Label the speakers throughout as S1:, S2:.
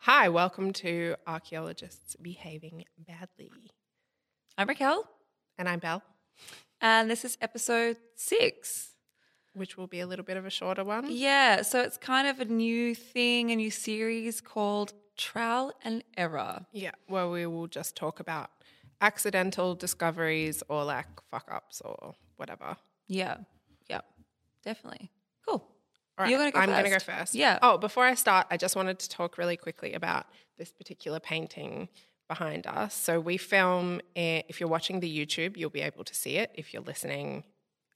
S1: Hi, welcome to Archaeologists Behaving Badly.
S2: I'm Raquel,
S1: And I'm Belle,
S2: and this is episode six.
S1: which will be a little bit of a shorter one.
S2: Yeah, so it's kind of a new thing, a new series called Trial and Error.
S1: Yeah, where we will just talk about accidental discoveries or like fuck ups or whatever.
S2: Yeah, yeah, definitely. Cool.
S1: All
S2: You're gonna go
S1: I'm gonna go
S2: first.
S1: first.
S2: Yeah.
S1: Oh, before I start, I just wanted to talk really quickly about this particular painting behind us. So we film. eh, If you're watching the YouTube, you'll be able to see it. If you're listening,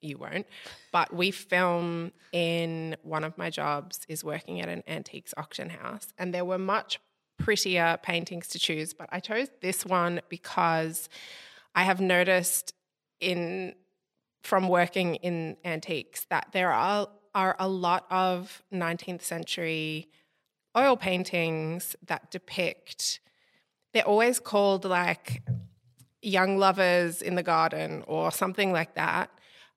S1: you won't. But we film in one of my jobs is working at an antiques auction house, and there were much prettier paintings to choose, but I chose this one because I have noticed in from working in antiques that there are are a lot of 19th century oil paintings that depict they're always called like young lovers in the garden or something like that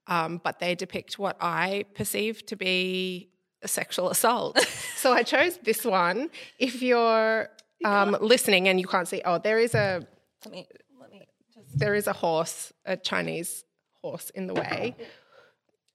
S1: um, but they depict what i perceive to be a sexual assault so i chose this one if you're um, listening and you can't see oh there is a
S2: Let me, let me just.
S1: there is a horse, a Chinese horse in the way.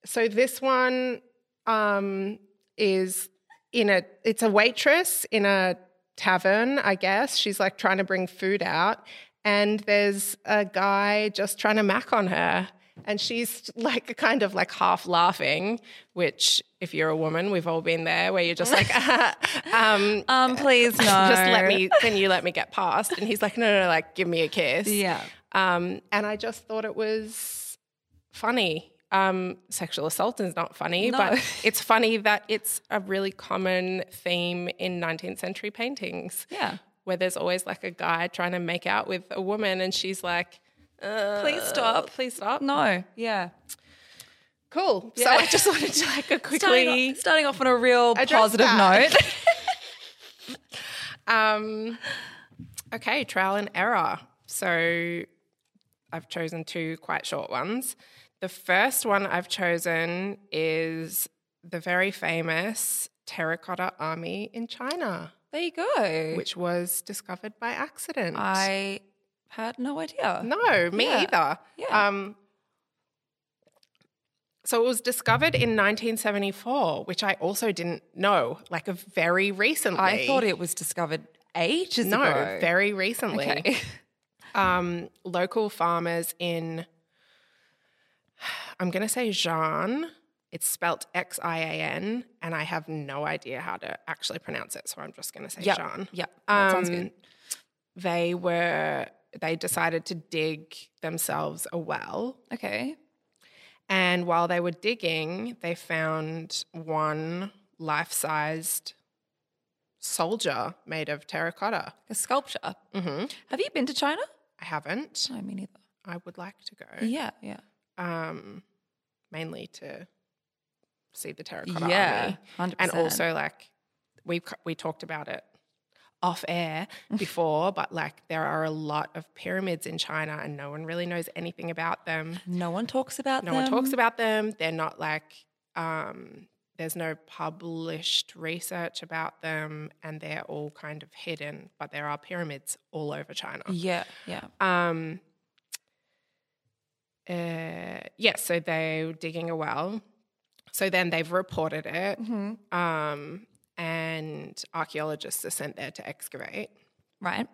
S1: So this one um, is in a it's a waitress in a tavern, I guess. She's like trying to bring food out, and there's a guy just trying to mac on her. And she's like kind of like half laughing, which if you're a woman, we've all been there where you're just like, um,
S2: Um, please no.
S1: just let me, can you let me get past? And he's like, no, no, no like give me a kiss.
S2: Yeah.
S1: Um, and I just thought it was funny. Um, sexual assault is not funny,
S2: No.
S1: but it's funny that it's a really common theme in 19th century paintings
S2: Yeah.
S1: where there's always like a guy trying to make out with a woman and she's like, uh,
S2: Please stop.
S1: Please stop.
S2: No. Yeah.
S1: Cool.
S2: Yeah.
S1: So I just wanted to like a quickly.
S2: Starting off, starting off on a real
S1: Address
S2: positive
S1: that.
S2: note.
S1: Um, okay, trial and error. So I've chosen two quite short ones. The first one I've chosen is the very famous terracotta army in China,
S2: there you go.
S1: which was discovered by accident.
S2: I had no idea.
S1: No, me
S2: Yeah.
S1: either.
S2: Yeah.
S1: Um, so it was discovered in 1974, which I also didn't know, like a very recently.
S2: I thought it was discovered ages
S1: no,
S2: ago.
S1: very recently.
S2: Okay.
S1: um, local farmers in, I'm going to say Xi'an. It's spelt X I A N, and I have no idea how to actually pronounce it. So I'm just going to say
S2: Yep.
S1: Xi'an.
S2: Yep. That sounds
S1: Um,
S2: good.
S1: They were, they decided to dig themselves a well.
S2: Okay.
S1: And while they were digging, they found one life sized soldier made of terracotta.
S2: A sculpture.
S1: hmm
S2: Have you been to China?
S1: I haven't.
S2: No, me neither.
S1: I would like to go.
S2: Yeah, yeah.
S1: um, mainly to see the terracotta army.
S2: 100%.
S1: and also like we we talked about it off air before, but like there are a lot of pyramids in China, and no one really knows anything about them.
S2: no one talks about
S1: No one
S2: them.
S1: talks about them. They're not like um, there's no published research about them, and they're all kind of hidden. But there are pyramids all over China.
S2: Yeah, yeah.
S1: Um, uh, yeah, so they're digging a well. So then they've reported it,
S2: Mhm.
S1: um, and archaeologists are sent there to excavate.
S2: Right.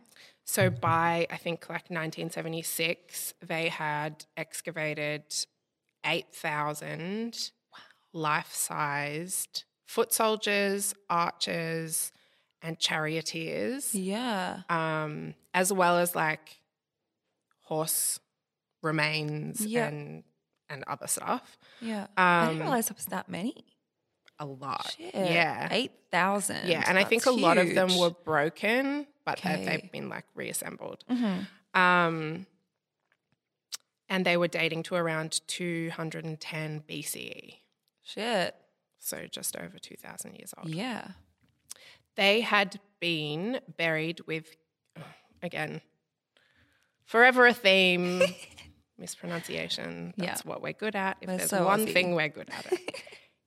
S1: So by I think like 1976, they had excavated 8,000 life-sized foot soldiers, archers, and charioteers
S2: Yeah.
S1: um, as well as like horse remains
S2: Yeah.
S1: and and other stuff.
S2: Yeah. I didn't
S1: Um,
S2: realize it was that many.
S1: a lot,
S2: Shit.
S1: yeah,
S2: 8,000.
S1: yeah. And I think a
S2: That's
S1: lot of them
S2: huge.
S1: were broken, but they-
S2: Okay.
S1: they've been like reassembled.
S2: Mhm.
S1: Um, and they were dating to around 210 BCE,
S2: Shit.
S1: E, so just over 2,000 years old.
S2: Yeah.
S1: They had been buried with, again, forever a theme, mispronunciation.
S2: Yeah.
S1: That's what we're good at. If
S2: We're
S1: there's
S2: so
S1: one
S2: Aussie.
S1: thing we're good at, it,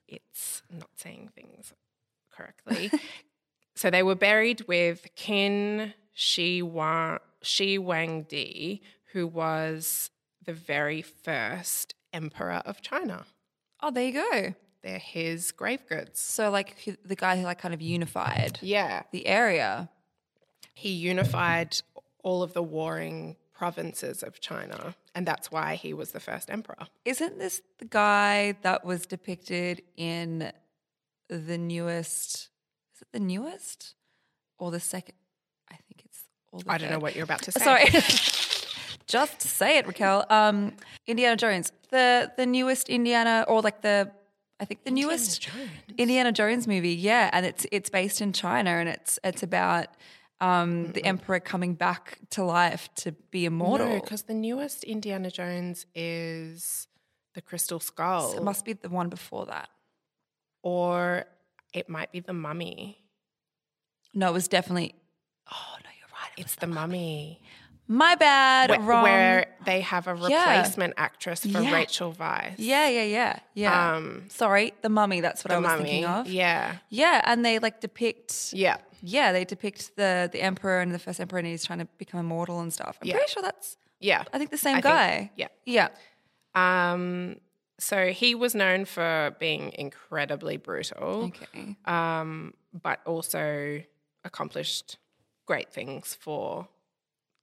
S1: it's not saying things correctly. So they were buried with Qin Shi, Wa, Shi Wangdi, who was the very first emperor of China.
S2: Oh, there you go.
S1: They're his grave goods.
S2: So like he- the guy who like kind of unified
S1: Yeah.
S2: the area.
S1: He unified all of the warring provinces of China, and that's why he was the first emperor.
S2: Isn't this the guy that was depicted in the newest? Is it the newest or the second? I think it's all. The
S1: I don't know
S2: third.
S1: what you're about to say.
S2: Sorry. Just say it, Raquel. Um, Indiana Jones, the the newest Indiana, or like the, I think the newest Indiana Jones movie. Yeah, and it's it's based in China, and it's it's about um, the emperor coming back to life to be immortal.
S1: No, because the newest Indiana Jones is the Crystal Skull,
S2: So it must be the one before that.
S1: or it might be the Mummy.
S2: No, it was definitely. Oh no, you're right. It was
S1: It's the Mummy,
S2: my bad.
S1: where,
S2: wrong.
S1: where they have a
S2: Yeah.
S1: replacement actress for
S2: Yeah.
S1: Rachel Weisz.
S2: yeah, yeah, yeah, yeah.
S1: um,
S2: Sorry, the mummy. That's what
S1: the
S2: I was
S1: Mummy.
S2: thinking of.
S1: Yeah,
S2: Yeah, and they like depict.
S1: yeah.
S2: Yeah, they depict the the emperor and the first emperor, and he's trying to become immortal and stuff. I'm
S1: Yeah.
S2: pretty sure that's.
S1: Yeah.
S2: I think the same
S1: I think-
S2: guy.
S1: yeah.
S2: yeah,
S1: Um, so he was known for being incredibly brutal,
S2: Okay.
S1: um, but also accomplished great things for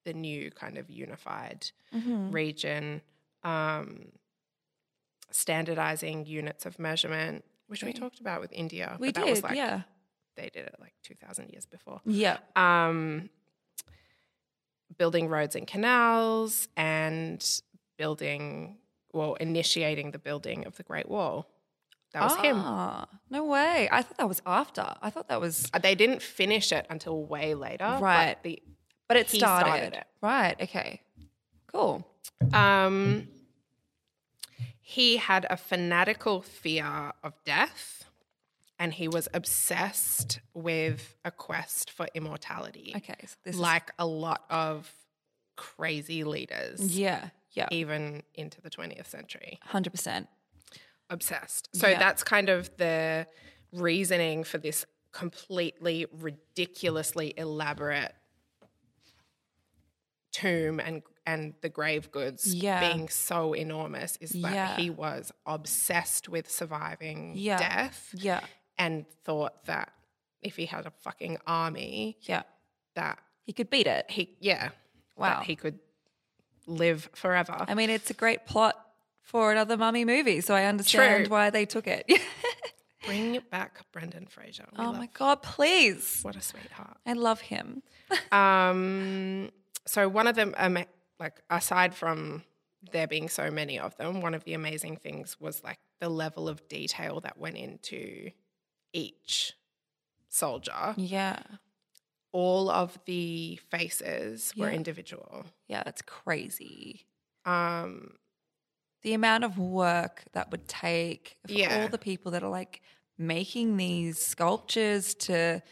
S1: the new kind of unified
S2: Mm-hmm.
S1: region, um, standardizing units of measurement, which we talked about with India.
S2: We
S1: but that
S2: did.
S1: was like,
S2: yeah.
S1: They did it like 2,000 years before
S2: Yeah.
S1: um, building roads and canals and building, well, initiating the building of the Great Wall. That was him.
S2: ah, No way. I thought that was after. I thought that was.
S1: Uh, They didn't finish it until way later.
S2: Right.
S1: But the,
S2: But it
S1: He
S2: started.
S1: started it.
S2: Right. Okay. Cool.
S1: um, he had a fanatical fear of death and he was obsessed with a quest for immortality,
S2: Okay. So this. is-
S1: like a lot of crazy leaders.
S2: yeah. Yeah.
S1: even into the 20th century.
S2: Hundred percent.
S1: Obsessed. So
S2: Yeah.
S1: that's kind of the reasoning for this completely ridiculously elaborate tomb and and the grave goods
S2: Yeah.
S1: being so enormous is that
S2: Yeah.
S1: he was obsessed with surviving
S2: Yeah.
S1: death
S2: Yeah.
S1: and thought that if he had a fucking army
S2: Yeah.
S1: that
S2: He could beat it.
S1: he yeah
S2: Wow.
S1: that he could live forever
S2: I mean, it's a great plot for another mummy movie, so I understand
S1: True.
S2: why they took it.
S1: bring back brendan fraser We
S2: oh
S1: love
S2: my god, please!
S1: What a sweetheart.
S2: I love him.
S1: Um, so one of them, um, like aside from there being so many of them, one of the amazing things was like the level of detail that went into each soldier.
S2: Yeah,
S1: All of the faces were
S2: Yeah.
S1: individual.
S2: yeah, that's crazy.
S1: Um,
S2: The amount of work that would take for
S1: Yeah.
S2: all the people that are like making these sculptures to.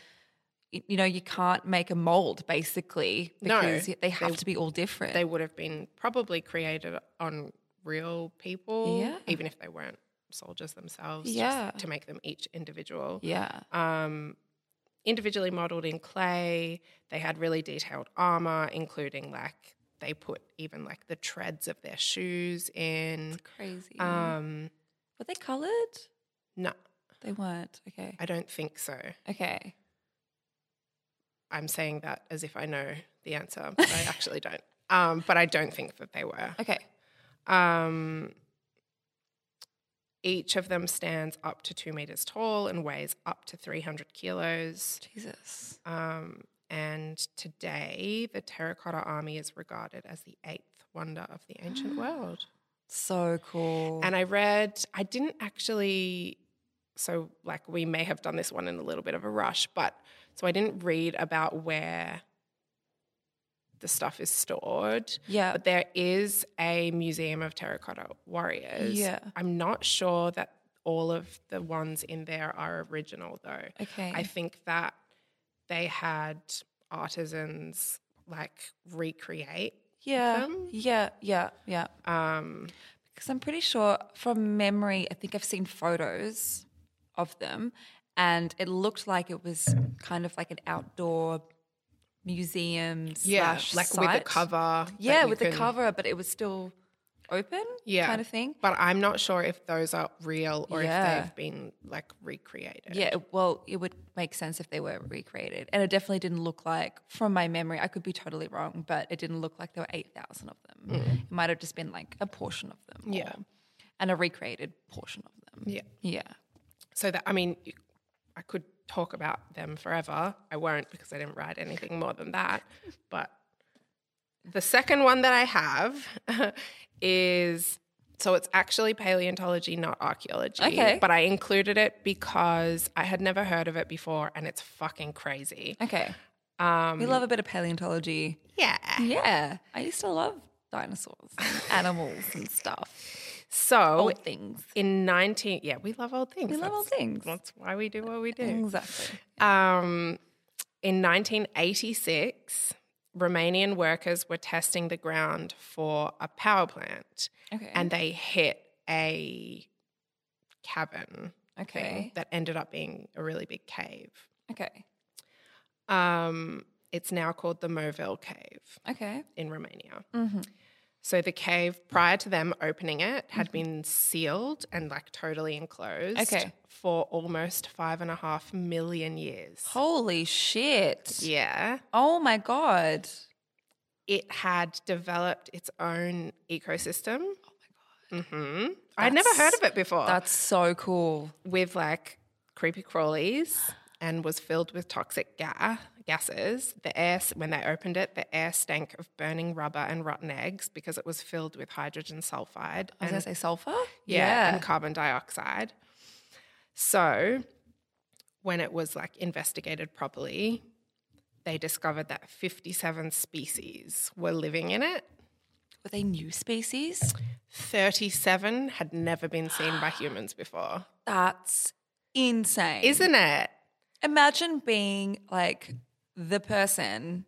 S2: y- You know, you can't make a mold basically
S1: No.
S2: because they have to be all different.
S1: they would have been probably created on real people,
S2: Yeah.
S1: even if they weren't soldiers themselves, just
S2: Yeah.
S1: to make them each individual.
S2: yeah,
S1: um, individually modeled in clay. They had really detailed armor, including like they put even like the treads of their shoes in.
S2: crazy.
S1: Um,
S2: were they colored?
S1: no,
S2: They weren't. Okay.
S1: Um, I don't think so.
S2: Okay.
S1: I'm saying that as if I know the answer, but I actually don't. Um, but I don't think that they were.
S2: Okay.
S1: Um, each of them stands up to two meters tall and weighs up to 300 kilos.
S2: Jesus.
S1: Um, and today, the terracotta army is regarded as the eighth wonder of the ancient world.
S2: So cool.
S1: And I read, I didn't actually, so like we may have done this one in a little bit of a rush, but so I didn't read about where the stuff is stored.
S2: yeah.
S1: But there is a museum of terracotta warriors.
S2: Yeah.
S1: I'm not sure that all of the ones in there are original though.
S2: Okay.
S1: I think that they had artisans like recreate.
S2: yeah.
S1: them.
S2: Yeah. Yeah. Yeah.
S1: Um,
S2: Because I'm pretty sure from memory, I think I've seen photos of them and it looked like it was kind of like an outdoor museum
S1: yeah,
S2: slash
S1: like with
S2: site.
S1: a cover. that
S2: Yeah,
S1: you
S2: with the
S1: can-
S2: cover, but it was still open.
S1: yeah,
S2: kind of thing.
S1: But I'm not sure if those are real or
S2: Yeah.
S1: if they've been like recreated.
S2: Yeah, well, it would make sense if they were recreated, and it definitely didn't look like, from my memory, I could be totally wrong, but it didn't look like there were eight thousand of them. It might have just been like a portion of them,
S1: Mm. Yeah.
S2: or- and a recreated portion of them.
S1: Yeah.
S2: Yeah,
S1: So that I mean, you- I could talk about them forever. I won't because I didn't write anything more than that. But the second one that I have is so it's actually paleontology, not archaeology.
S2: Okay.
S1: But I included it because I had never heard of it before, and it's fucking crazy.
S2: okay. we love a bit of paleontology.
S1: Um, Yeah.
S2: Yeah, I used to love dinosaurs, animals, and stuff,
S1: So
S2: old things.
S1: in 19 yeah we love old things
S2: Oh. We love old
S1: Oh, That's-
S2: things.
S1: that's why we do what we do
S2: Exactly.
S1: um, in 1986 romanian workers were testing the ground for a power plant
S2: Okay.
S1: and they hit a cabin
S2: okay.
S1: that ended up being a really big cave
S2: Okay.
S1: um, it's now called the moville cave
S2: Okay.
S1: in Romania.
S2: Mm-hmm.
S1: So the cave prior to them opening it had been sealed and like totally enclosed
S2: Mm-hmm. Okay.
S1: for almost five and a half million years.
S2: Holy shit.
S1: Yeah.
S2: Oh my god.
S1: It had developed its own ecosystem. Oh my god. hmm I'd never heard
S2: That's-
S1: of it before.
S2: That's so cool.
S1: with like creepy crawlies and was filled with toxic ga- gases. The air, when they opened it, the air stank of burning rubber and rotten eggs because it was filled with hydrogen sulfide
S2: I was
S1: and,
S2: gonna say sulfur.
S1: yeah, and carbon dioxide. So, when it was like investigated properly, they discovered that 57 species were living in it.
S2: Were they new species?
S1: 37 had never been seen by humans before.
S2: That's insane.
S1: Isn't it?
S2: Imagine being like the person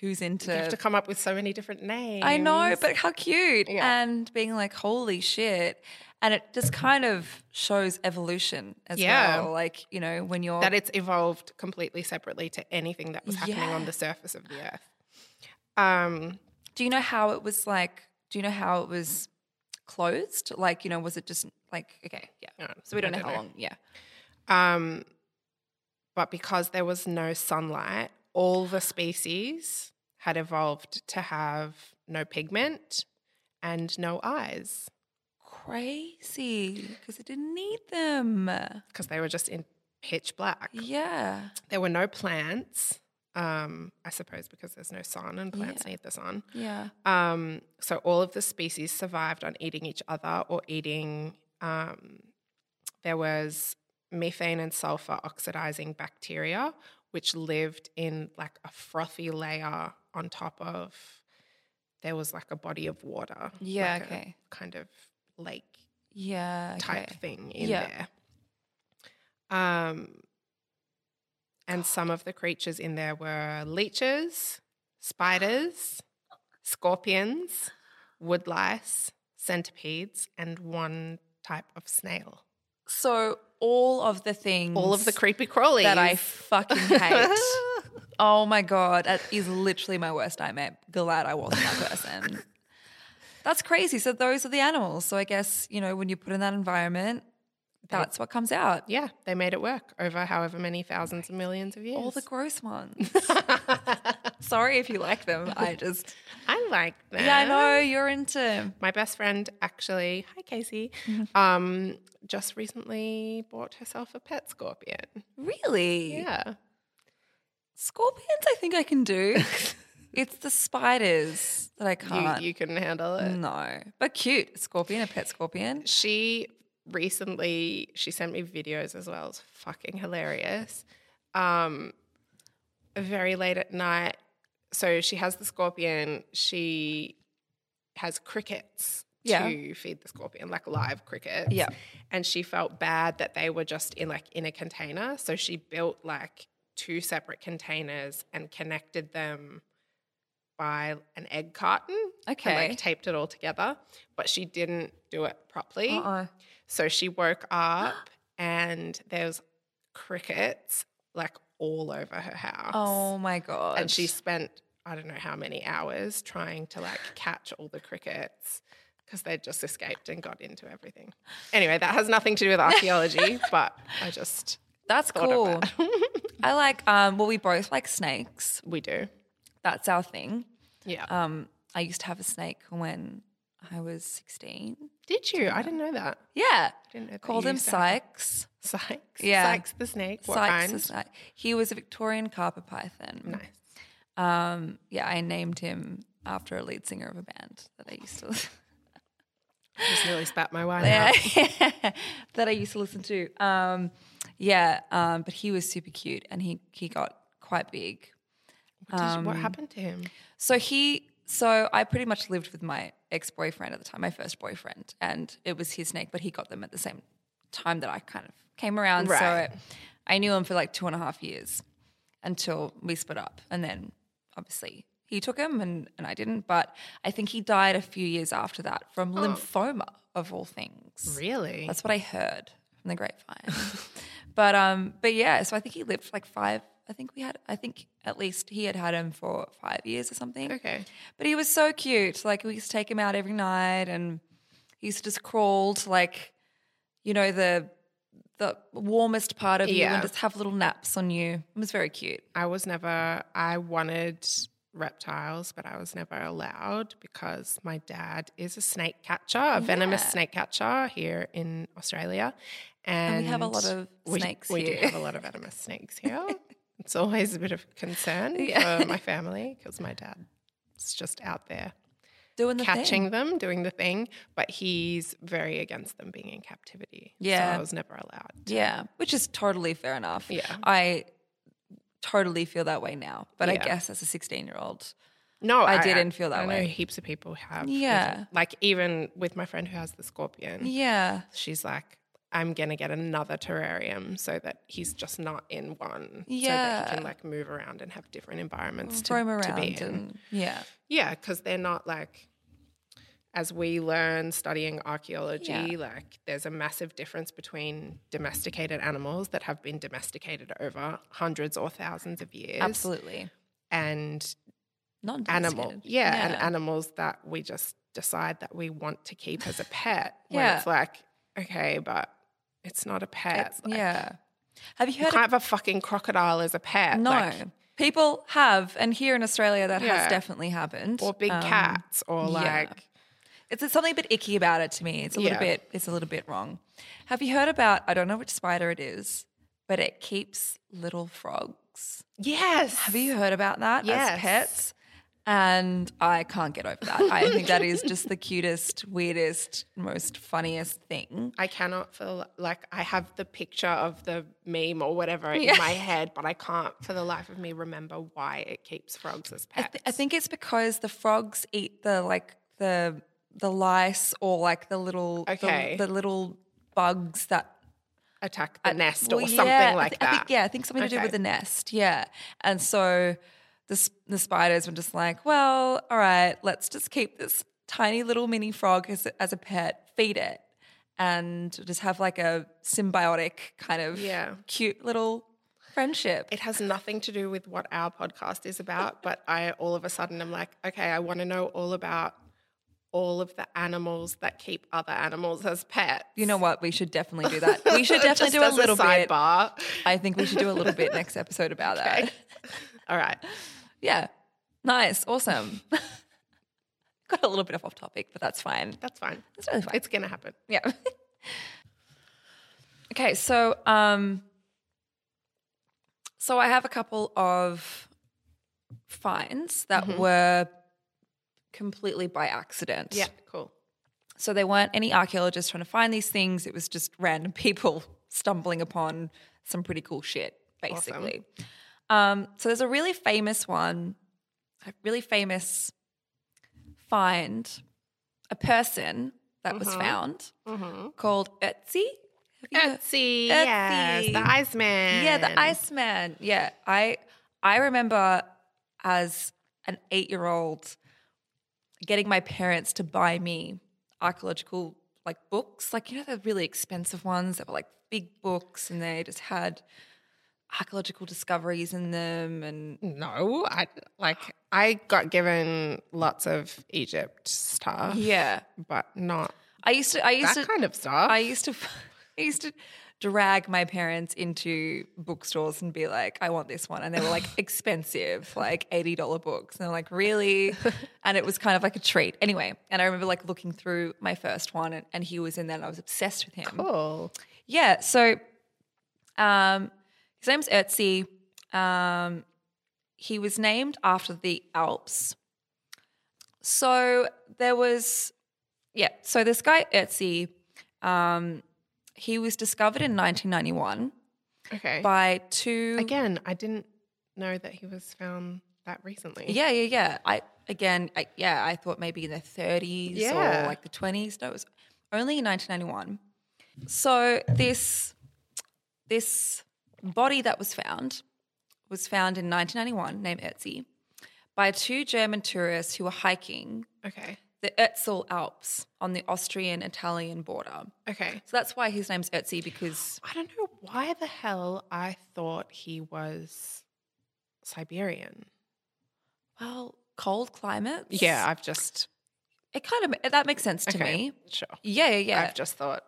S2: who's into.
S1: You have to come up with so many different names.
S2: I know, but how cute!
S1: Yeah.
S2: And being like, holy shit. And it just kind of shows evolution as
S1: Yeah.
S2: well. Like, you know, when you're.
S1: that it's evolved completely separately to anything that was happening on
S2: Yeah.
S1: the surface of the earth. Um,
S2: do you know how it was like? Do you know how it was closed? Like, you know, was it just like, okay, yeah.
S1: no,
S2: So we don't
S1: I
S2: know how long. Yeah.
S1: Um, but because there was no sunlight, all the species had evolved to have no pigment and no eyes
S2: Crazy. Because it didn't need them.
S1: because they were just in pitch black.
S2: Yeah.
S1: There were no plants, um, I suppose, because there's no sun and plants need the sun.
S2: Yeah.
S1: Um, so all of the species survived on eating each other or eating. Um, there was methane and sulfur oxidizing bacteria, which lived in like a frothy layer on top of. There was like a body of water.
S2: Yeah,
S1: like a
S2: okay.
S1: kind of lake
S2: Yeah.
S1: type
S2: okay.
S1: thing in
S2: Yeah.
S1: there. Um, and some of the creatures in there were leeches, spiders, scorpions, woodlice, centipedes, and one type of snail.
S2: So all of the things
S1: All of the creepy crawlies
S2: that I fucking hate. oh my god, that is literally my worst nightmare. Glad I wasn't that person. That's crazy. So those are the animals. So I guess, you know, when you put in that environment, that's what comes out.
S1: yeah, they made it work over however many thousands and millions of years.
S2: All the gross ones. Sorry if you like them. I just
S1: I like that.
S2: Yeah, I know you're into
S1: My best friend actually, hi Casey, um, just recently bought herself a pet scorpion.
S2: Really?
S1: Yeah.
S2: Scorpions I think I can do. it's the spiders that I
S1: You,
S2: can't.
S1: you couldn't handle it.
S2: No, but cute scorpion, a pet scorpion.
S1: She recently she sent me videos as well. It's fucking hilarious. Um very late at night. So she has the scorpion, she has crickets
S2: Yeah.
S1: to feed the scorpion, like live crickets.
S2: Yeah.
S1: And she felt bad that they were just in like in a container. So she built like two separate containers and connected them by an egg carton and
S2: Okay.
S1: like taped it all together, but she didn't do it properly.
S2: Uh-uh.
S1: So she woke up and there was crickets like all over her house.
S2: Oh my god!
S1: And she spent I don't know how many hours trying to like catch all the crickets because they'd just escaped and got into everything. Anyway, that has nothing to do with archaeology, but I just
S2: that's
S1: thought
S2: cool.
S1: of that.
S2: I like. Um, well, we both like snakes.
S1: we do.
S2: That's our thing.
S1: Yeah.
S2: Um, I used to have a snake when I was sixteen.
S1: Did you? I didn't know that.
S2: Yeah,
S1: Didn't know that
S2: called
S1: you
S2: him
S1: used to have-
S2: Sykes.
S1: Sykes.
S2: Yeah.
S1: Sykes the snake. What
S2: Sykes
S1: kind?
S2: is like he was a Victorian carpet python.
S1: Nice.
S2: Um, yeah, I named him after a lead singer of a band that I used to
S1: Just nearly spat my wine out.
S2: that I used to listen to. Um, yeah, um, but he was super cute and he he got quite big.
S1: What, did you- what happened to him?
S2: So he so I pretty much lived with my ex-boyfriend at the time, my first boyfriend, and it was his snake, but he got them at the same time that I kind of came around.
S1: Right.
S2: So I knew him for like two and a half years until we split up. And then obviously he took him and, and I didn't. But I think he died a few years after that from lymphoma of all things.
S1: Really?
S2: That's what I heard from the grapevine. but um, but yeah, so I think he lived for like five. I think we had. I think at least he had had him for five years or something.
S1: okay.
S2: But he was so cute. Like we used to take him out every night, and he used to just crawl to like, you know, the the warmest part of you,
S1: Yeah.
S2: and just have little naps on you. It was very cute.
S1: I was never, I wanted reptiles, but I was never allowed because my dad is a snake catcher, a venomous snake catcher here in Australia. And,
S2: we have a lot of snakes
S1: we, We
S2: here.
S1: do have a lot of venomous snakes here. It's always a bit of concern for my family because my dad's just out there
S2: Doing the
S1: catching
S2: thing.
S1: them, doing the thing, but he's very against them being in captivity.
S2: Yeah.
S1: So I was never allowed.
S2: Yeah, which is totally fair enough.
S1: Yeah.
S2: I totally feel that way now. But I
S1: Yeah.
S2: guess as a 16 year old,
S1: No,
S2: I didn't feel that
S1: I
S2: way.
S1: Know heaps of people have. with-
S2: Yeah.
S1: like even with my friend who has the scorpion,
S2: yeah.
S1: she's like, I'm gonna get another terrarium so that he's just not in one. So that
S2: Yeah.
S1: he can like move around and have different environments to,
S2: roam
S1: to
S2: around
S1: be in.
S2: and yeah
S1: Yeah, because they're not like, as we learn studying archaeology,
S2: Yeah.
S1: like there's a massive difference between domesticated animals that have been domesticated over hundreds or thousands of years,
S2: absolutely
S1: and
S2: non
S1: animal, yeah, and animals that we just decide that we want to keep as a pet. When
S2: Yeah.
S1: it's like, okay, but it's not a pet. Like,
S2: yeah have you
S1: You
S2: heard
S1: can't have a fucking crocodile as a pet.
S2: of no
S1: like,
S2: people have and here in australia that
S1: Yeah.
S2: has definitely happened
S1: or big
S2: Um,
S1: cats, or
S2: yeah.
S1: like,
S2: it's, it's something a bit icky about it to me it's a little
S1: Yeah.
S2: bit it's a little bit wrong have you heard about i don't know which spider it is but it keeps little frogs
S1: yes.
S2: have you heard about that
S1: Yes.
S2: as pets and I can't get over that. I think that is just the cutest, weirdest, most funniest thing.
S1: I cannot for the li- like I have the picture of the meme or whatever in my head, but I can't for the life of me remember why it keeps frogs as
S2: I,
S1: pets.
S2: th- I think it's because the frogs eat the like the the lice or like the little the-
S1: Okay.
S2: the, little bugs that
S1: Attack the nest or
S2: Well,
S1: something
S2: yeah, I
S1: like
S2: thi- I
S1: that.
S2: think, yeah, I think something to do
S1: Okay.
S2: with the nest. Yeah, and so the s- the spiders were just like, well, all right, let's just keep this tiny little mini frog as a- as a pet, feed it, and just have like a symbiotic kind of
S1: Yeah.
S2: cute little friendship.
S1: it has nothing to do with what our podcast is about, but I all of a sudden I'm like, okay, I want to know all about all of the animals that keep other animals as pets.
S2: you know what? We should definitely do that. We should definitely
S1: Just
S2: do a
S1: as
S2: little bit.
S1: sidebar.
S2: I think we should do a little bit next episode about that.
S1: All right.
S2: Yeah. Nice. Awesome. Got a little bit off topic, but that's fine.
S1: That's fine.
S2: That's really fine.
S1: It's going to happen.
S2: yeah. okay, so um so I have a couple of finds that were completely by accident.
S1: Yeah, cool.
S2: So there weren't any archaeologists trying to find these things. It was just random people stumbling upon some pretty cool shit, basically. Um, so there's a really famous one, a really famous find, a person that was found called Etsy.
S1: Etsy,
S2: yes,
S1: yes,
S2: the
S1: the Iceman.
S2: Yeah, the Iceman. Yeah, I I remember as an eight year old getting my parents to buy me archaeological like books, like you know the really expensive ones that were like big books, and they just had archaeological discoveries in them, and
S1: No, I like I got given lots of Egypt stuff.
S2: yeah.
S1: But not
S2: I used to, I used
S1: that
S2: to,
S1: kind of stuff.
S2: I used to, I used to drag my parents into bookstores and be like, "I want this one," and they were like expensive, like eighty dollar books, and they're like, "Really?" And it was kind of like a treat, anyway. And I remember like looking through my first one, and, and he was in there, and I was obsessed with him.
S1: cool.
S2: Yeah. So, um, his name's Ötzi. Um, he was named after the Alps. So there was, yeah. So this guy Ötzi, um, he was discovered in 1991
S1: Okay.
S2: by two.
S1: Again, I didn't know that he was found that recently.
S2: Yeah, yeah, yeah. I again, I, yeah, I thought maybe in the 30s
S1: Yeah.
S2: or like the 20s. No, it was only in 1991. So this this body that was found was found in 1991, named Ötzi, by two German tourists who were hiking
S1: Okay.
S2: the Ötztal Alps on the Austrian-Italian border.
S1: Okay.
S2: So that's why his name's Ötzi because
S1: I don't know why the hell I thought he was Siberian.
S2: well, cold climates.
S1: Yeah, I've just
S2: it kind of that makes sense to
S1: okay,
S2: me.
S1: Sure.
S2: Yeah, yeah, yeah.
S1: I've just thought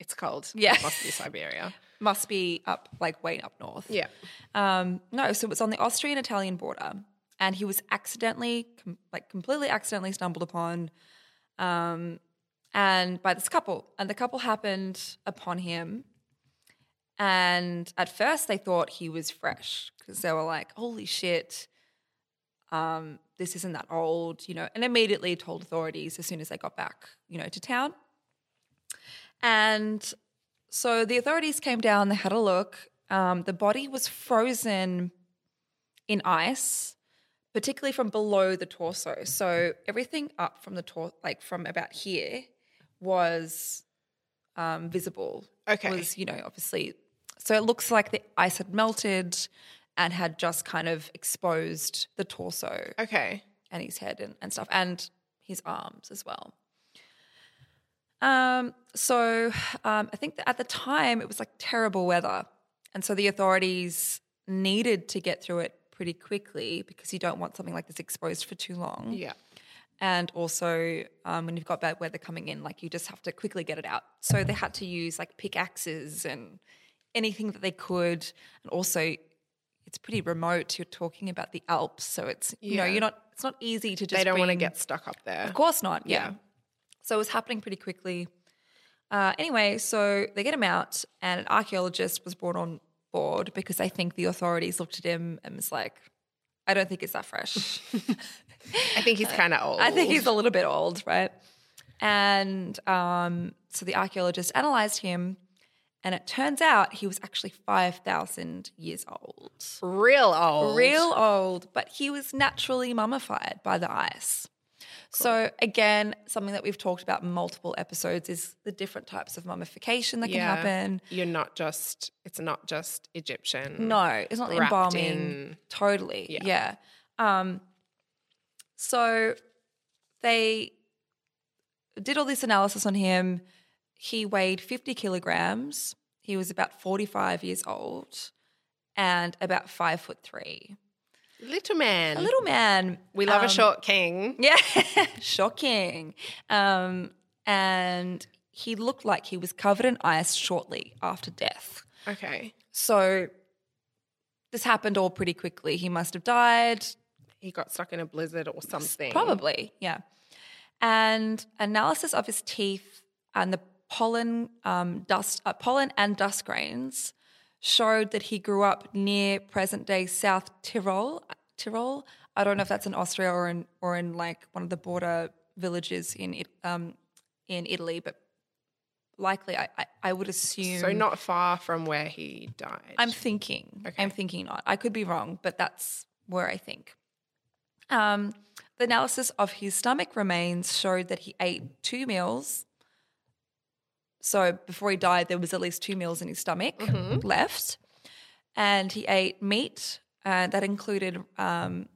S1: it's cold.
S2: Yeah.
S1: It must be Siberia.
S2: must be up like way up north.
S1: yeah.
S2: Um, no, so it was on the Austrian Italian border, and he was accidentally, com- like completely accidentally stumbled upon, um, and by this couple, and the couple happened upon him, and at first they thought he was fresh because they were like, "Holy shit." Um, this isn't that old, you know, and immediately told authorities as soon as they got back, you know, to town. And so the authorities came down, they had a look. Um, the body was frozen in ice, particularly from below the torso. So everything up from the torso, like from about here, was um, visible.
S1: Okay.
S2: Was, you know, obviously. So it looks like the ice had melted and had just kind of exposed the torso
S1: Okay.
S2: and his head and, and stuff, and his arms as well. Um, so um, I think that at the time it was like terrible weather, and so the authorities needed to get through it pretty quickly because you don't want something like this exposed for too long.
S1: Yeah.
S2: And also, um, when you've got bad weather coming in, like you just have to quickly get it out. So they had to use like pickaxes and anything that they could. And also, it's pretty remote. You're talking about the Alps, so it's you know
S1: Yeah.
S2: you're not. It's not easy to just.
S1: They don't want to
S2: bring-
S1: get stuck up there.
S2: Of course not. Yeah. So it was happening pretty quickly. Uh, anyway, so they get him out, and an archaeologist was brought on board because I think the authorities looked at him and was like, "I don't think it's that fresh."
S1: I think he's kind of old.
S2: I think he's a little bit old, right? And um, so the archaeologist analyzed him, and it turns out he was actually 5,000 years old.
S1: real old.
S2: Real old, but he was naturally mummified by the ice. So, again, something that we've talked about in multiple episodes is the different types of mummification that
S1: Yeah.
S2: can happen.
S1: You're not just. It's not just Egyptian.
S2: No, it's not the
S1: wrapped
S2: embalming.
S1: in-
S2: Totally. Yeah. Um, so they did all this analysis on him. He weighed 50 kilograms. He was about 45 years old and about five foot three.
S1: Little man.
S2: A little man.
S1: We love a
S2: um,
S1: short king.
S2: Yeah. Shocking. Um, and he looked like he was covered in ice shortly after death.
S1: Okay.
S2: So this happened all pretty quickly. He must have died,
S1: He got stuck in a blizzard or something.
S2: probably, yeah. And analysis of his teeth and the pollen um, dust, uh, pollen and dust grains showed that he grew up near present-day South Tyrol. Tyrol. I don't know if that's in Austria or in or in like one of the border villages in it, um, in Italy, but likely I, I, I would assume
S1: So not far from where he died.
S2: I'm thinking.
S1: Okay.
S2: I'm thinking not. I could be wrong, but that's where I think. Um, the analysis of his stomach remains showed that he ate two meals. So before he died, there was at least two meals in his stomach left, and he ate meat uh, that included um,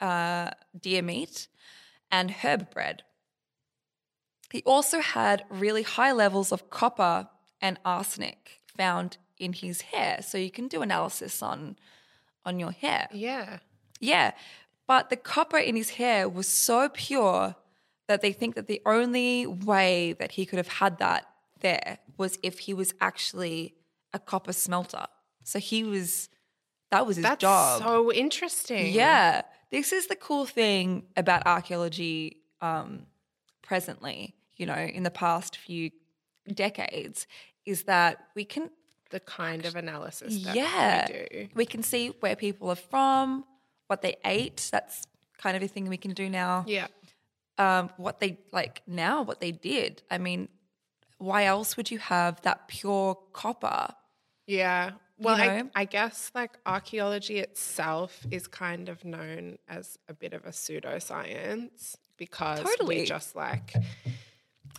S2: uh, deer meat and herb bread. He also had really high levels of copper and arsenic found in his hair. So you can do analysis on on your hair.
S1: Yeah.
S2: Yeah. But the copper in his hair was so pure that they think that the only way that he could have had that there was if he was actually a copper smelter. So he was that was his
S1: That's
S2: job.
S1: so interesting.
S2: Yeah. This is the cool thing about archaeology um, presently, you know, in the past few decades, is that we can,
S1: The kind of analysis that
S2: yeah,
S1: we do.
S2: we can see where people are from, what they ate. That's kind of a thing we can do now.
S1: Yeah.
S2: Um, what they like now, what they did. I mean, why else would you have that pure copper?
S1: Yeah. Well,
S2: know?
S1: I, I guess like archaeology itself is kind of known as a bit of a pseudoscience because
S2: Totally.
S1: we just like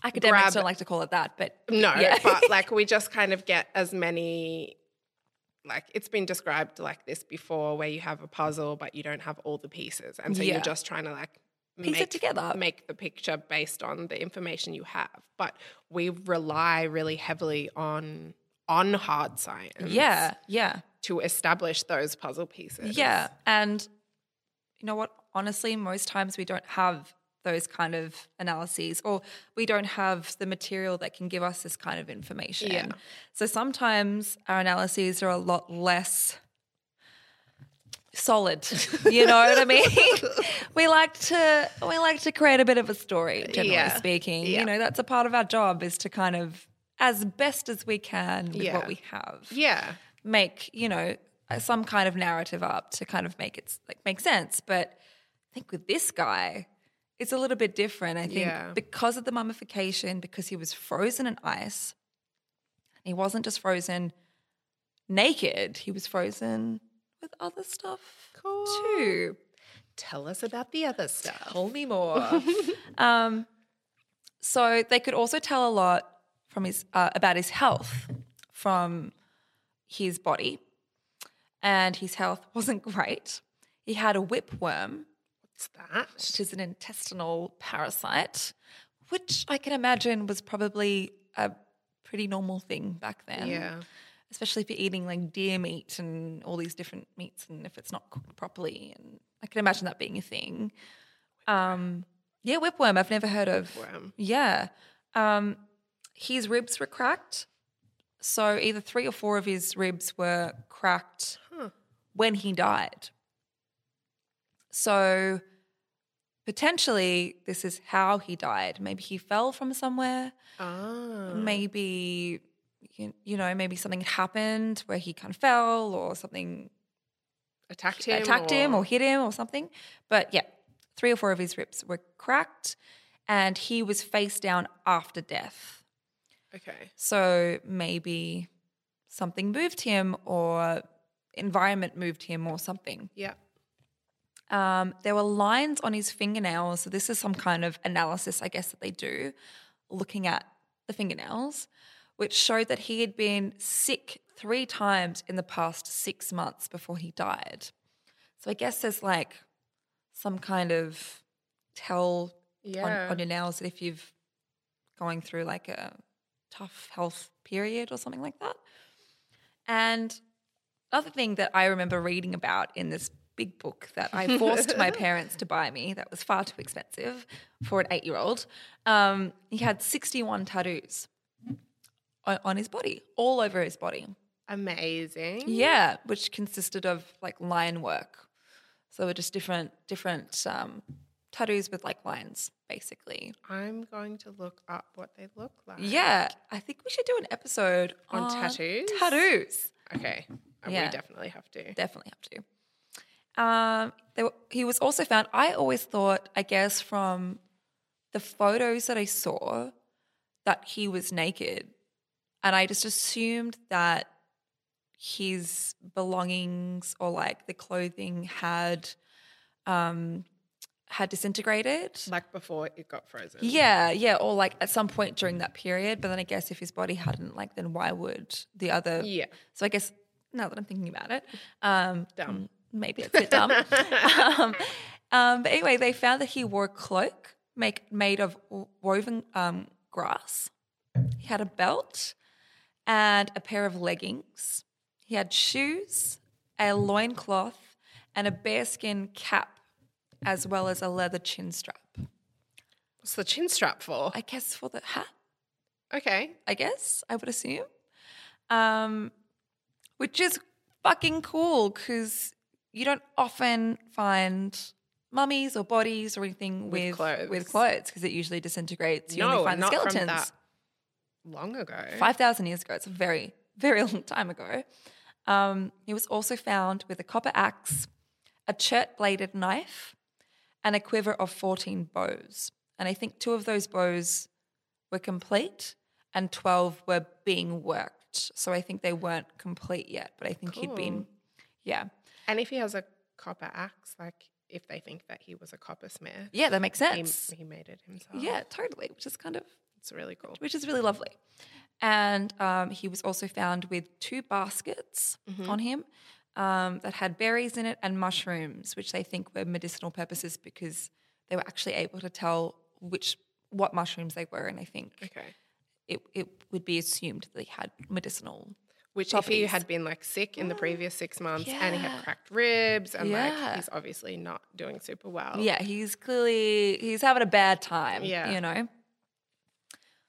S2: Academics
S1: Grab-
S2: don't like to call it that, but
S1: no,
S2: Yeah.
S1: but like we just kind of get as many like it's been described like this before where you have a puzzle but you don't have all the pieces and so
S2: Yeah.
S1: you're just trying to like
S2: Piece it together.
S1: make the picture based on the information you have but we rely really heavily on on hard science
S2: yeah, yeah.
S1: to establish those puzzle pieces
S2: Yeah. And you know what? Honestly, most times we don't have those kind of analyses or we don't have the material that can give us this kind of information.
S1: Yeah.
S2: So sometimes our analyses are a lot less solid. You know what I mean? we like to we like to create a bit of a story, generally
S1: Yeah.
S2: speaking.
S1: Yeah.
S2: You know, that's a part of our job is to kind of as best as we can with
S1: Yeah.
S2: what we have
S1: yeah
S2: make you know some kind of narrative up to kind of make it like make sense but i think with this guy it's a little bit different i think
S1: Yeah.
S2: because of the mummification because he was frozen in ice he wasn't just frozen naked he was frozen with other stuff
S1: Cool.
S2: too
S1: tell us about the other stuff
S2: Tell me more. um, so they could also tell a lot from his uh, about his health from his body, and his health wasn't great. He had a whipworm,
S1: what's that
S2: which is an intestinal parasite, which I can imagine was probably a pretty normal thing back then.
S1: yeah
S2: Especially if you're eating like deer meat and all these different meats, and if it's not cooked properly, and I can imagine that being a thing. Um, yeah, whipworm. I've never heard of.
S1: Whipworm.
S2: Yeah, um, his ribs were cracked, so either three or four of his ribs were cracked when he died. So potentially, this is how he died. Maybe he fell from somewhere
S1: ah
S2: Mm. maybe you, you know maybe something had happened where he kind of fell or something
S1: attacked him
S2: attacked him or hit him or something but yeah three or four of his ribs were cracked and he was face down after death
S1: okay
S2: so maybe something moved him or environment moved him or something
S1: yeah
S2: um, there were lines on his fingernails. So this is some kind of analysis, I guess, that they do, looking at the fingernails, which showed that he had been sick three times in the past six months before he died. So I guess there's like some kind of tell
S1: Yeah.
S2: on, on your nails that if you've going through like a tough health period or something like that. And other thing that I remember reading about in this big book that I forced my parents to buy me, that was far too expensive for an eight year old, um, he had 61 tattoos on, on his body, all over his body.
S1: amazing
S2: Yeah, which consisted of like line work. So were just different different um, tattoos with like lines, basically.
S1: I'm going to look up what they look like.
S2: Yeah, I think we should do an episode
S1: On tattoos?
S2: Tattoos.
S1: Okay. Uh,
S2: Yeah.
S1: We definitely have to.
S2: definitely have to. Um, there were- he was also found. I always thought, I guess, from the photos that I saw, that he was naked, and I just assumed that his belongings or like the clothing had um, had disintegrated.
S1: Like before it got frozen.
S2: Yeah, yeah, or like at some point during that period. But then I guess if his body hadn't, like, then why would the other?
S1: Yeah.
S2: So I guess now that I'm thinking about it, um,
S1: Dumb.
S2: Maybe it's a bit dumb. um, um, but anyway, they found that he wore a cloak make made of woven um, grass. He had a belt and a pair of leggings. He had shoes, a loincloth, and a bearskin cap, as well as a leather chin strap.
S1: What's the chin strap for?
S2: I guess for the hat,
S1: Okay.
S2: I guess, I would assume. Um, which is fucking cool because you don't often find mummies or bodies or anything with,
S1: clothes.
S2: with clothes because it usually disintegrates. You
S1: no,
S2: only find the
S1: not
S2: skeletons.
S1: from that long ago.
S2: 5,000 years ago. It's a very, very long time ago. Um, he was also found with a copper axe, a chert bladed knife, and a quiver of 14 bows. And I think two of those bows were complete and 12 were being worked. So I think they weren't complete yet, but I think he'd been, yeah.
S1: And if he has a copper axe, like if they think that he was a coppersmith,
S2: Yeah, that makes
S1: he,
S2: sense.
S1: he made it himself.
S2: Yeah, totally, which is kind of
S1: It's really cool.
S2: which is really lovely. And um, he was also found with two baskets
S1: Mm-hmm.
S2: on him um, that had berries in it and mushrooms, which they think were medicinal purposes because they were actually able to tell which what mushrooms they were, and I think
S1: Okay.
S2: it, it would be assumed that they had medicinal.
S1: Which if he
S2: Properties.
S1: had been like sick in the previous six months and he
S2: Oh, Yeah.
S1: had cracked ribs and
S2: Yeah.
S1: like he's obviously not doing super well.
S2: Yeah, he's clearly he's having a bad time.
S1: Oh. Yeah.
S2: you know.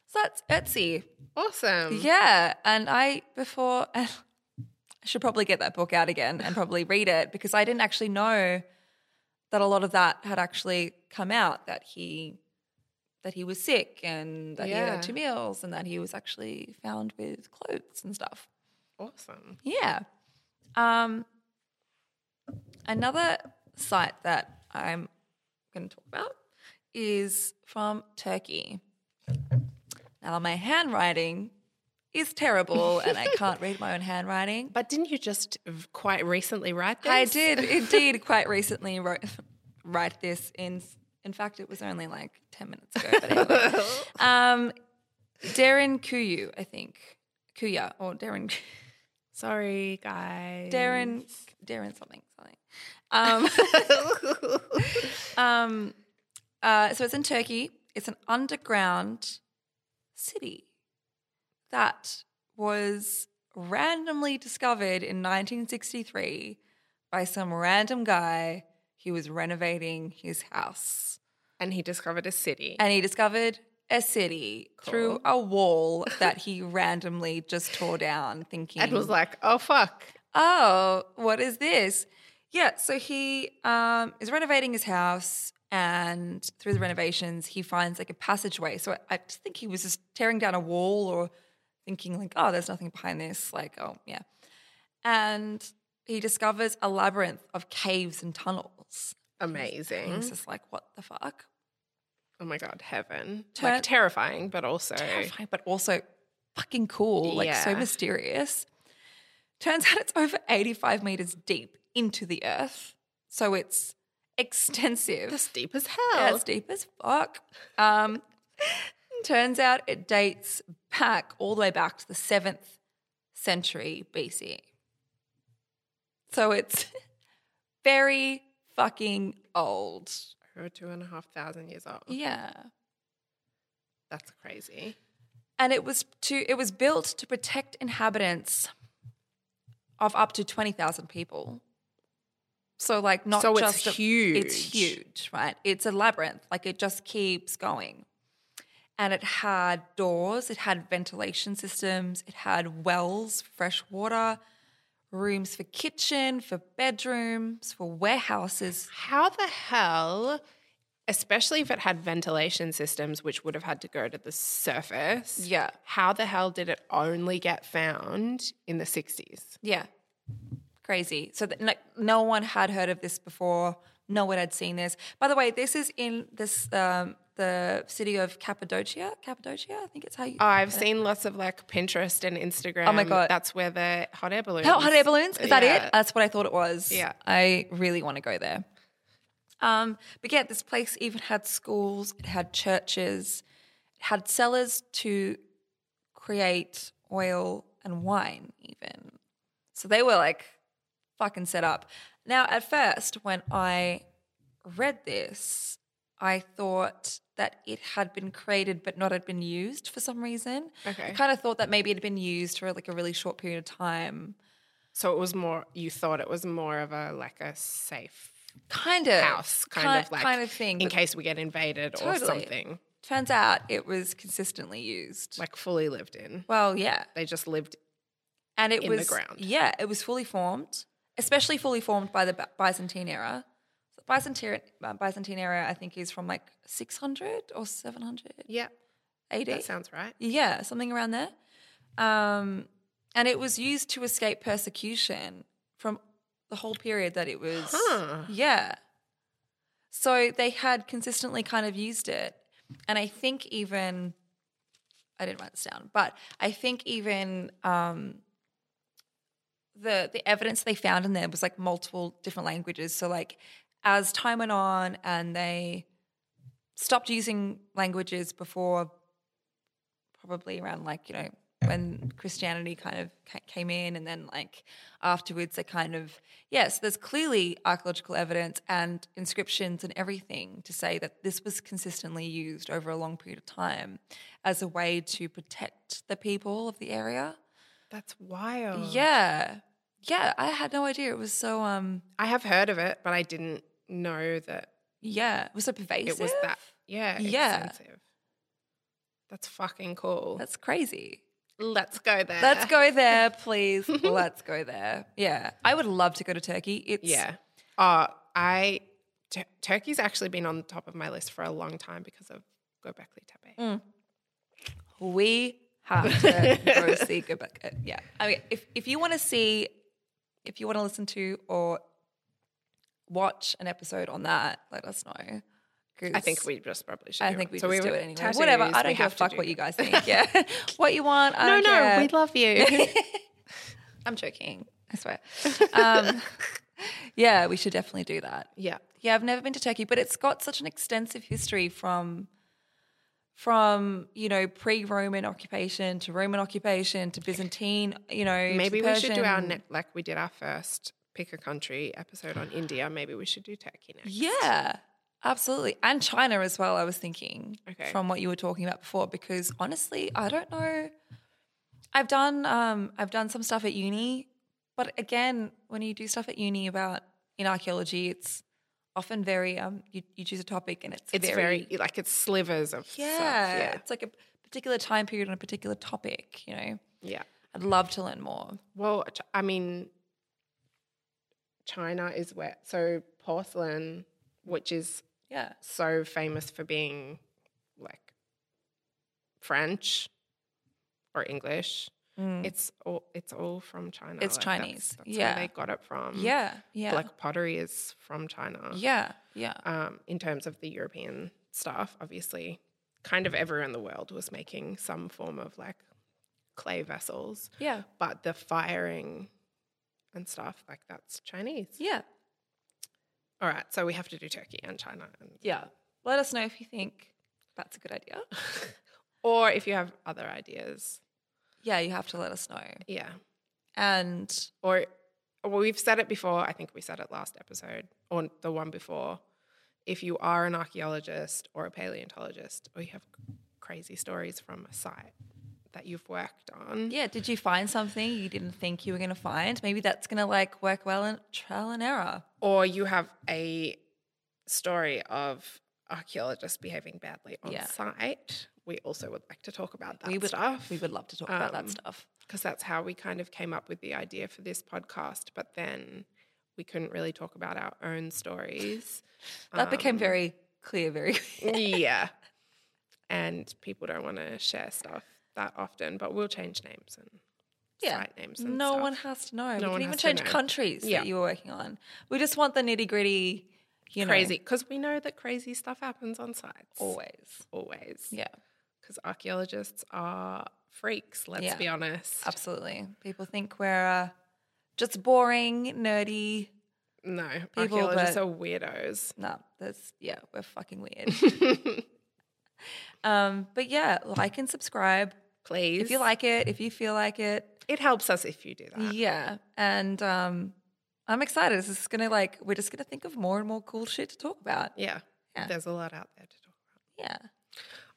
S2: So that's Etsy.
S1: Awesome.
S2: Yeah, and I before I should probably get that book out again and probably read it because I didn't actually know that a lot of that had actually come out that he that he was sick and that he had
S1: Yeah.
S2: had two meals and that he was actually found with clothes and stuff.
S1: Awesome.
S2: Yeah. Um, another site that I'm going to talk about is from Turkey. Now, my handwriting is terrible and I can't read my own handwriting.
S1: But didn't you just v- quite recently write this?
S2: I did indeed quite recently wrote, write this in. In fact, it was only like ten minutes ago. But anyway, um, Darren Kuyu, I think Kuya or Darren
S1: Sorry, guys.
S2: Darren Darren something something. Um, um, uh, so it's in Turkey. It's an underground city that was randomly discovered in 1963 by some random guy who was renovating his house,
S1: And he discovered a city.
S2: and he discovered a city through
S1: Cool.
S2: a wall that he randomly just tore down, thinking
S1: And was like, oh, fuck.
S2: oh, what is this? Yeah, so he um, is renovating his house, and through the renovations, he finds like a passageway. So I, I just think he was just tearing down a wall or thinking, like, oh, there's nothing behind this. Like, oh, yeah. And he discovers a labyrinth of caves and tunnels.
S1: Amazing.
S2: He's just like, what the fuck?
S1: Oh my God, heaven.
S2: Turn-
S1: like terrifying, but also.
S2: terrifying, but also fucking cool, like so
S1: Yeah.
S2: mysterious. Turns out it's over 85 meters deep into the earth. So it's extensive.
S1: That's deep as hell.
S2: Yeah, it's deep as fuck. Um, turns out it dates back all the way back to the 7th century BC. So it's very fucking old.
S1: Over two and a half thousand years old.
S2: Yeah.
S1: That's crazy.
S2: and it was to it was built to protect inhabitants of up to 20,000 people. So like not
S1: So it's
S2: just a- it's
S1: huge.
S2: huge, right? It's a labyrinth, like it just keeps going. And it had doors, it had ventilation systems, it had wells, fresh water, rooms for kitchen, for bedrooms, for warehouses.
S1: How the hell, especially if it had ventilation systems, which would have had to go to the surface.
S2: Yeah.
S1: How the hell did it only get found in the 60s?
S2: Yeah. Crazy. So that, like, no one had heard of this before. No one had seen this. By the way, this is in this um, the city of Cappadocia. Cappadocia, I think it's how you.
S1: Oh, I've seen lots of like Pinterest and Instagram.
S2: Oh my God.
S1: That's where the hot air balloons.
S2: Oh, hot air balloons? Is that
S1: Yeah.
S2: it? That's what I thought it was.
S1: Yeah.
S2: I really want to go there. Um, but yeah, this place even had schools, it had churches, it had cellars to create oil and wine, even. So they were like fucking set up. Now, at first, when I read this, I thought that it had been created but not had been used for some reason.
S1: Okay.
S2: I kind of thought that maybe it had been used for like a really short period of time.
S1: So it was more. You thought it was more of a like a safe
S2: Kind of
S1: house, kind
S2: Uh, Ki-
S1: of like
S2: kind of thing.
S1: in
S2: but
S1: case we get invaded or
S2: Totally.
S1: something.
S2: turns out it was consistently used.
S1: Like fully lived in.
S2: well, yeah,
S1: They just lived.
S2: and it
S1: in the
S2: was
S1: ground.
S2: Yeah, it was fully formed, especially fully formed by the Bi- Byzantine era. So Byzantine uh, Byzantine era, I think, is from like 600 or 700
S1: Yeah,
S2: AD.
S1: that sounds right.
S2: Yeah, something around there. Um, and it was used to escape persecution from the whole period that it was.
S1: Huh.
S2: Yeah. So they had consistently kind of used it. And I think even, I didn't write this down, but I think even um, the, the evidence they found in there was like multiple different languages. So, like, as time went on and they stopped using languages before probably around like you know when Christianity kind of ca- came in, and then like afterwards, they kind of yes, there's clearly archaeological evidence and inscriptions and everything to say that this was consistently used over a long period of time as a way to protect the people of the area.
S1: That's wild.
S2: Yeah, yeah, I had no idea it was so um
S1: I have heard of it, but I didn't know that
S2: yeah it was so
S1: it
S2: pervasive.
S1: was that. Yeah,
S2: Yeah.
S1: extensive. That's fucking cool.
S2: That's crazy.
S1: Let's go there.
S2: Let's go there, please. Let's go there. Yeah, I would love to go to Turkey. It's
S1: Yeah. Uh, I Tur- Turkey's actually been on the top of my list for a long time because of Göbekli Tepe.
S2: Mm. we have to go see Göbekli. uh, Yeah, I mean, if if you want to see, if you want to listen to or watch an episode on that, let us know. 'Cause
S1: I think we just probably should.
S2: I
S1: do
S2: think
S1: it.
S2: we
S1: So
S2: just
S1: were-
S2: do it anyway.
S1: tattoos,
S2: Whatever. I
S1: we
S2: don't give a
S1: have to
S2: fuck
S1: do
S2: what you
S1: them.
S2: guys think. Yeah, what you want. I
S1: No,
S2: don't
S1: no,
S2: care.
S1: we love you.
S2: I'm joking. I swear. Um, yeah, we should definitely do that.
S1: yeah.
S2: Yeah, I've never been to Turkey, but it's got such an extensive history from from you know pre-Roman occupation to Roman occupation to Byzantine. You know, to
S1: Maybe we should do our
S2: Persian.
S1: ne- like we did our first pick a country episode on India. Maybe we should do Turkey next.
S2: Yeah, absolutely, and China as well. I was thinking
S1: Okay.
S2: from what you were talking about before, because honestly, I don't know. I've done um, I've done some stuff at uni, but again, when you do stuff at uni about in archaeology, it's often very um, you, you choose a topic and it's
S1: It's very,
S2: very
S1: like it's slivers of stuff.
S2: Yeah,
S1: Yeah.
S2: it's like a particular time period on a particular topic. You know,
S1: Yeah.
S2: I'd love to learn more.
S1: Well, Ch- I mean, China is where so porcelain, which is
S2: Yeah,
S1: so famous for being like French or English. It's all it's all from China.
S2: Mm. It's
S1: that's-
S2: Chinese,
S1: That's, where
S2: yeah.
S1: they got it from.
S2: yeah, yeah,
S1: Like pottery is from China.
S2: yeah, yeah,
S1: Um, in terms of the European stuff, obviously, kind of everywhere in the world was making some form of like clay vessels,
S2: yeah,
S1: but the firing and stuff like that's Chinese.
S2: yeah,
S1: All right, so we have to do Turkey and China, and,
S2: yeah. Let us know if you think that's a good idea.
S1: or if you have other ideas,
S2: yeah, you have to let us know.
S1: yeah.
S2: And
S1: or well, we've said it before. I think we said it last episode or the one before. If you are an archaeologist or a paleontologist, or you have crazy stories from a site that you've worked on,
S2: yeah, did you find something you didn't think you were gonna find? Maybe that's gonna like work well in trial and error.
S1: or you have a story of archaeologists behaving badly on
S2: Yeah.
S1: site, we also would like to talk about that
S2: we would
S1: stuff.
S2: we would love to talk about that
S1: Um,
S2: stuff.
S1: because that's how we kind of came up with the idea for this podcast. But then we couldn't really talk about our own stories.
S2: That became
S1: Um,
S2: very clear, very
S1: yeah. And people don't want to share stuff that often, but we'll change names and
S2: Yeah.
S1: site names and
S2: No
S1: stuff.
S2: one has to know. we
S1: No
S2: can
S1: one
S2: even
S1: has to
S2: change
S1: know.
S2: countries
S1: Yeah.
S2: that you were working on. We just want the nitty gritty, you know,
S1: crazy because we know that crazy stuff happens on sites
S2: always.
S1: always.
S2: Yeah,
S1: Because archaeologists are freaks. Let's
S2: Yeah.
S1: be honest.
S2: absolutely. People think we're uh, just boring, nerdy.
S1: no,
S2: People
S1: archaeologists
S2: that-
S1: are weirdos.
S2: No, that's yeah, we're fucking weird. um, but yeah, like and subscribe
S1: Please,
S2: if you like it, if you feel like it.
S1: it helps us if you do that.
S2: Yeah, and um, I'm excited. This is gonna like we're just gonna think of more and more cool shit to talk about.
S1: Yeah.
S2: Yeah.
S1: There's a lot out there to talk about.
S2: Yeah.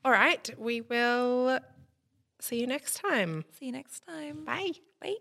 S1: All right. We will see you next time.
S2: See you next time.
S1: Bye.
S2: Bye.